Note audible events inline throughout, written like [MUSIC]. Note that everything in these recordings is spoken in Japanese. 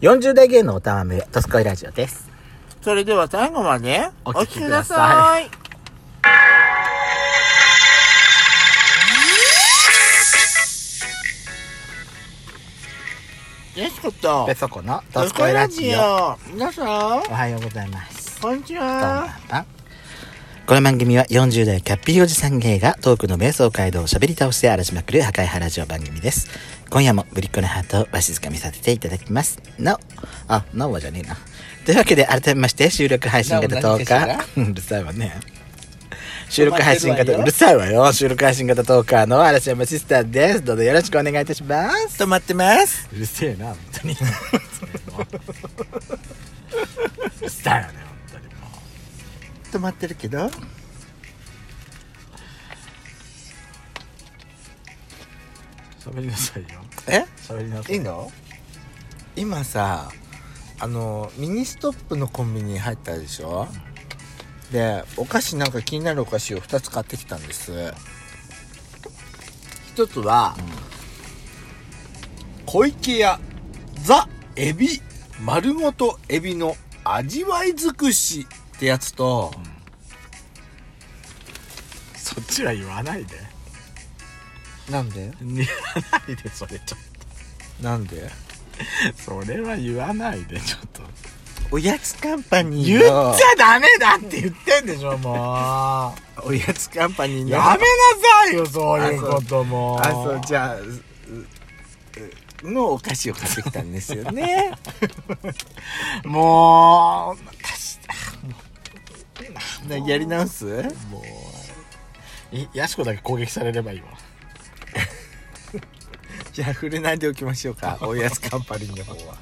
40代芸能おたわむ、トスコイラジオです。それでは最後までおお聞聞ききくくだだささいい。よしこと、ペソコのドトススココイイララジジオ。オ。皆さん、おはようございます。こんにちこんばんは。は。この番組は40代キャッピーおじさん芸がトークの瞑想街道を喋り倒して荒らしまくる破壊派ラジオ番組です。今夜もぶりっ子のハートをわしづかみさせていただきます。の、あ、のはじゃねえな。というわけで改めまして収録配信型なお何かし10ら日。 [LAUGHS] うんうるさいわね。収録配信型、うるさいわよ。収録配信型トーカーの嵐山シスターです。どうぞよろしくお願いいたします。止まってます。うるせえな本当にうるさいよね本当にも止まってるけど。う喋りなさいよえ喋りなさいいいの今さあのミニストップのコンビニに入ったでしょでお菓子なんか気になるお菓子を2つ買ってきたんです1つは、小池屋ザエビ丸ごとエビの味わい尽くしってやつと、そっちは言わないでなんで言わないでそれちょなんでっとそれは言わないでちょっとおやつカンパニ言ーっちゃのダメだって言ってんでしょもおやつカンパニうーのやめなさいよそういうこともあそうじゃあううのお菓子を買ってきたんですよねもう私なやり直すもういやしこだけ攻撃されればいいわじゃあ触れないでおきましょうかおやつカンパニーの方は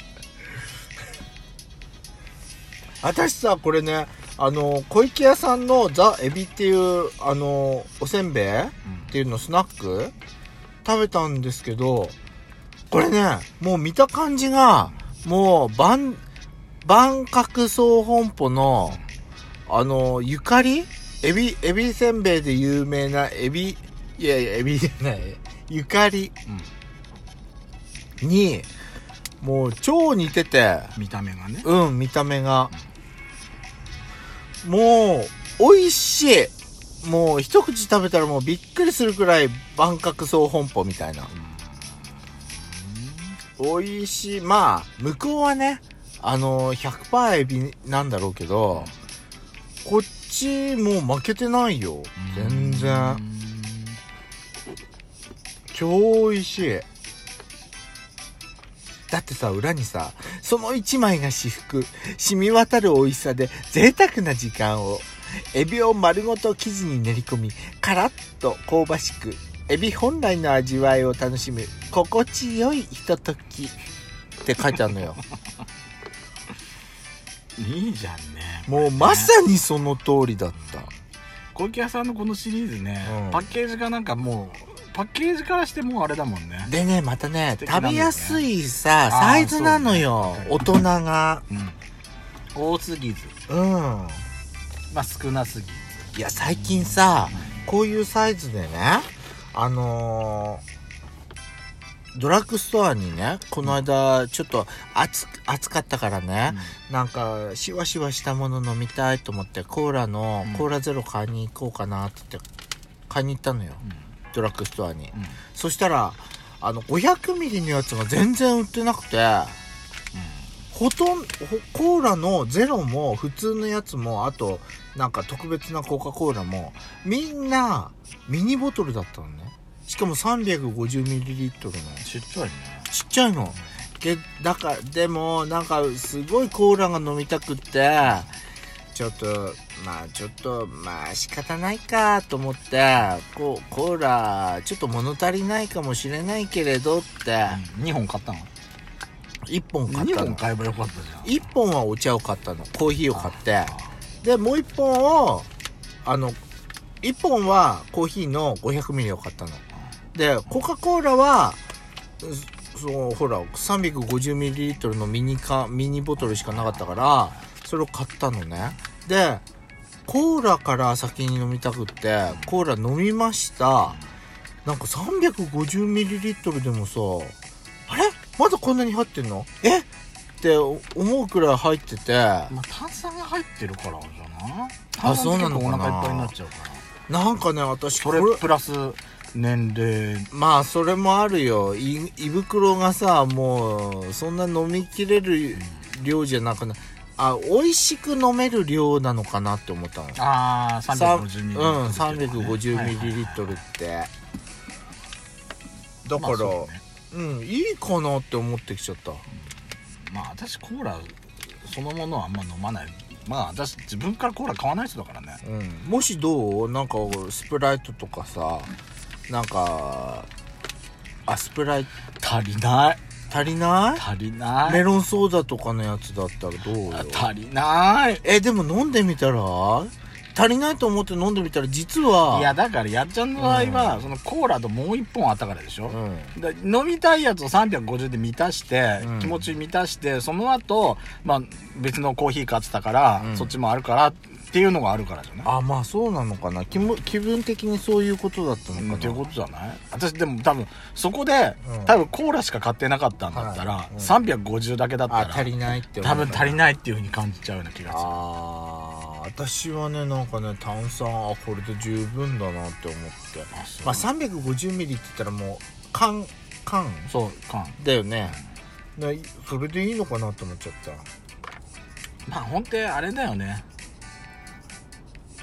私さこれねあの小池屋さんのザ・エビっていうあのおせんべいっていうのスナック食べたんですけどこれねもう見た感じがもう万万角総本舗のあのゆかりエビエビせんべいで有名なエビいやいやエビじゃないゆかりにもう超似てて見た目がねうん見た目がもう美味しいもう一口食べたらもうびっくりするくらい万角総本舗みたいな美味しいまあ向こうはねあの100%エビなんだろうけどこっちもう負けてないよ全然超美味しいだってさ裏にさその一枚が至福染み渡る美味しさで贅沢な時間をエビを丸ごと生地に練り込みカラッと香ばしくエビ本来の味わいを楽しむ心地よいひとときって書いてあるのよいいじゃんねもうまさにその通りだった小池屋さんのこのシリーズね、うんパッケージがなんかもうパッケージからしてもうあれだもんねでねまたね素敵なん食だよねべやすいさあーサイズなのよ、そうね大人がうん多すぎずうんまあ少なすぎいや最近さこういうサイズでねあのードラッグストアにねこの間ちょっと暑暑かったからね、なんかシワシワしたもの飲みたいと思ってコーラの、うんコーラゼロ買いに行こうかなって言って買いに行ったのよドラッグストアに、うんそしたらあの500ミリのやつが全然売ってなくてほとんどコーラのゼロも普通のやつもあとなんか特別なコカ・コーラもみんなミニボトルだったのねしかも 350ml のちっちゃいねちっちゃいのけだからでもなんかすごいコーラが飲みたくってちょっとまあちょっとまあ仕方ないかと思ってこうコーラちょっと物足りないかもしれないけれどって2本買ったの1本買っ2たの本買えばよかったじゃん1本はお茶を買ったのコーヒーを買ってでもう1本をあの1本はコーヒーの500ミリを買ったのでコカ・コーラはうそうほら350ミリリットルのミニかミニボトルしかなかったからそれを買ったのねでコーラから先に飲みたくってコーラ飲みましたなんか350ミリリットルでもさあれまだこんなに入ってんのえって思うくらい入っててまあ、炭酸が入ってるからじゃないあ炭酸そって結構うなのおかな腹いっぱいになっちゃうからなんかね私そこれれプラス年齢まあそれもあるよい胃袋がさもうそんな飲みきれる量じゃなくなあ美味しく飲める量なのかなって思ったのああ350ミリうん350ミリリットルって、だから、うんいいかなって思ってきちゃったまあ私コーラそのものはあんま飲まないまあ私自分からコーラ買わない人だからねうん、もしどうなんかスプライトとかさなんかあスプライト足りない足りない足りないメロンソーダとかのやつだったらどうよあ足りないえでも飲んでみたら足りないと思って飲んでみたら実はいやだからやっちゃんの場合は、そのコーラともう一本あったからでしょ、うんだ飲みたいやつを350で満たして、うん気持ち満たしてその後、まあ別のコーヒー買ってたから、うんそっちもあるからっていうのがあるからじゃないあまあそうなのかな気も気分的にそういうことだったのかうんなっていうことじゃない私でも多分そこで、うん多分コーラしか買ってなかったんだったら、はいうん350だけだったあ足らりないって思多った分足りないっていうふうに感じちゃうような気がするあー私はねなんかね炭酸あこれで十分だなって思ってあそうまあ、350ミリって言ったらもう缶缶そうかだよねなそれでいいのかなと思っちゃったまあ本当あれだよね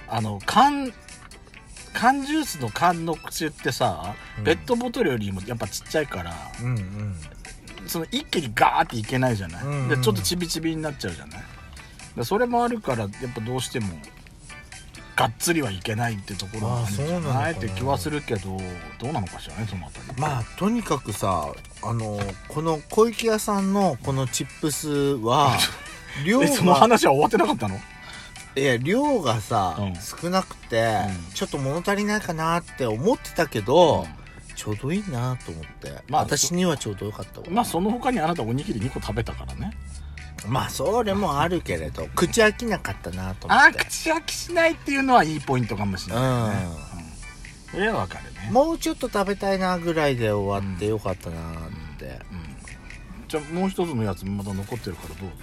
あの缶缶ジュースの缶の口ってさ、うんペットボトルよりもやっぱちっちゃいからうんうんその一気にガーっていけないじゃない、うんうんでちょっとチビチビになっちゃうじゃないでそれもあるからやっぱどうしてもがっつりはいけないってところがあるんじあゃそうなのかなないって気はするけどどうなのかしらねそのあたりまあとにかくさあのこの小池屋さんのこのチップス [LAUGHS] は量えそのが話は終わってなかったのいや量がさ、うん少なくて、うんちょっと物足りないかなって思ってたけど、ちょうどいいなと思って、まあ私にはちょうどよかったわまあその他にあなたおにぎり2個食べたからねまあそれもあるけれど口飽きなかったなと思あっーて口開きしないっていうのはいいポイントかもしれないね、ううん、それはわかるねもうちょっと食べたいなぐらいで終わってよかったなって、うんじゃあもう一つのやつまだ残ってるからどうぞ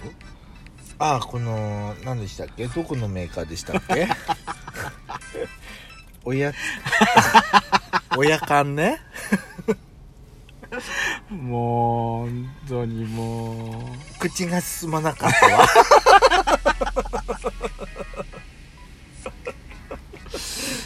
ああこの何でしたっけどこのメーカーでしたっけ [LAUGHS] お [LAUGHS] やおやかんねもう本当にもう口が進まなかった [LAUGHS] わ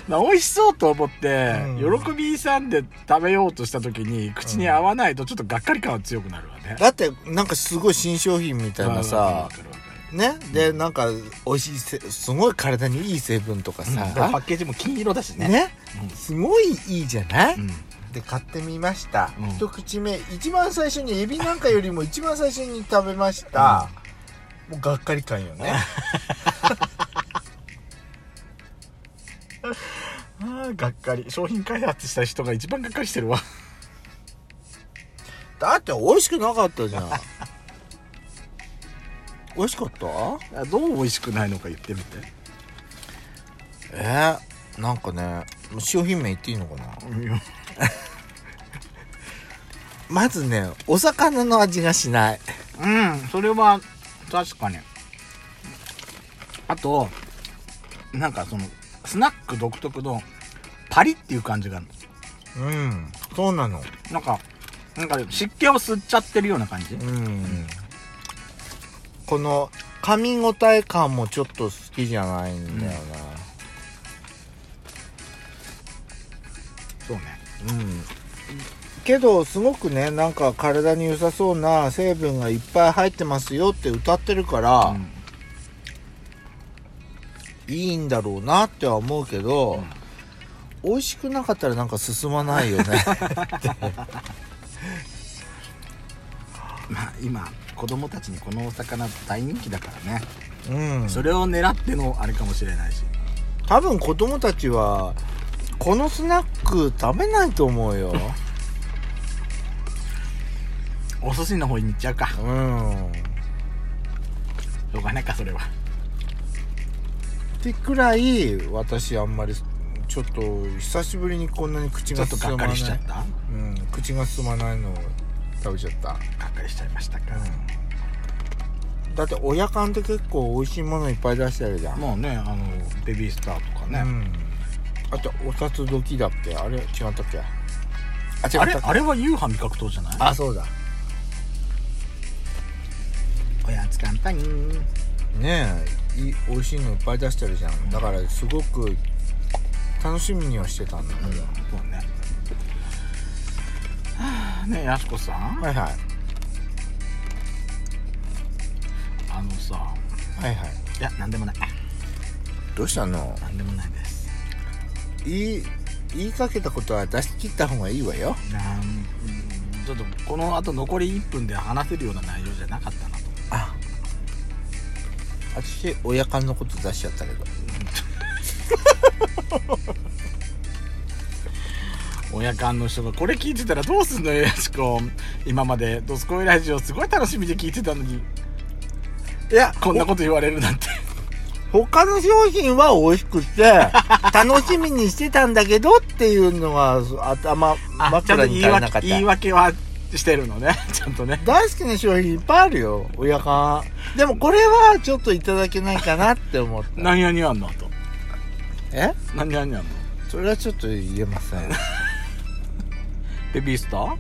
まあ、美味しそうと思って、うん喜びさんで食べようとした時に口に合わないとちょっとがっかり感は強くなるわね、だってなんかすごい新商品みたいなさわかるわかるねでなんか美味しいせすごい体にいい成分とかささあ、パッケージも金色だしねねうんすごいいいじゃない、うんで買ってみました、うん一口目一番最初にエビなんかよりも一番最初に食べました、もうがっかり感よねあーがっかり商品開発した人が一番がっかりしてるわだって美味しくなかったじゃん [LAUGHS] 美味しかったあどう美味しくないのか言ってみてえー、なんかね商品名言っていいのかなまずねお魚の味がしないうんそれは確かにあとなんかそのスナック独特のパリっていう感じがあるうんそうなのなんか、なんか湿気を吸っちゃってるような感じ。うん、この噛み応え感もちょっと好きじゃないんだよな、そうね。うんけどすごくねなんか体に良さそうな成分がいっぱい入ってますよって歌ってるから、うんいいんだろうなっては思うけど、美味しくなかったらなんか進まない [LAUGHS] よねまあ、今、子供たちにこのお魚大人気だからね。うんそれを狙ってのあれかもしれないし。多分子供たちはこのスナック食べないと思うよお寿司の方に行っちゃうか。うんっしょうがないか、それは。てくらい私あんまりちょっと久しぶりにこんなに口ちょがっと進がまなっかいりしちゃったがうん、口が進まないのを食べちゃったっかりしちゃいましたか。だって親缶って結構美味しいものいっぱい出してるじゃん、まあねあのベビースターとかうね、ん、あとお札時だっけあれ違ったっけあ違ったあっれけあれは夕飯味覚糖じゃないあそうだおやつ簡単にねえいい美味しいのいっぱい出してるじゃんだからすごく楽しみにはしてたんだけど、そうねはあねえやすこさん、はいはいあのさはいはいいやなんでもないどうしたのなんでもないです言い言いかけたことは出し切った方がいいわよなんうんちょっとこのあと残り1分で話せるような内容じゃなかったなとあ私親缶のこと出しちゃったけど親感の人がこれ聞いてたらどうすんのよやしこ今まで「ドスコイラジオ」すごい楽しみで聞いてたのにいやこんなこと言われるなんて他の商品は美味しく [LAUGHS] て楽しみにしてたんだけどっていうのが頭あちゃん枕とに言い足らなか訳った言い訳はしてるのね [LAUGHS] ちゃんとね大好きな商品いっぱいあるよ親缶でもこれはちょっといただけないかなって思った何々あんのあとえ何々あんのそれはちょっと言えません、うベビースターん、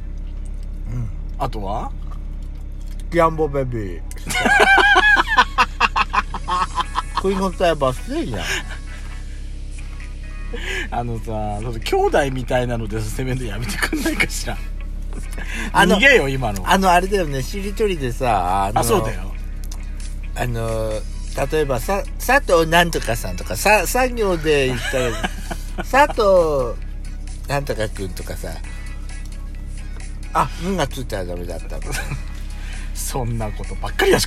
あとは [LAUGHS] ギャンボベビー食い応えバス停じゃんあのさちょっと兄弟みたいなので攻めるのやめてくんないかしらあの逃げよ今のああのあれだよねしりとりでさあのそうだよあの例えばさ佐藤なんとかさんとかさ作業で言ったら佐藤なんとかくんとかさあ「ん」がついたらダメだったのそんなことばっかりやし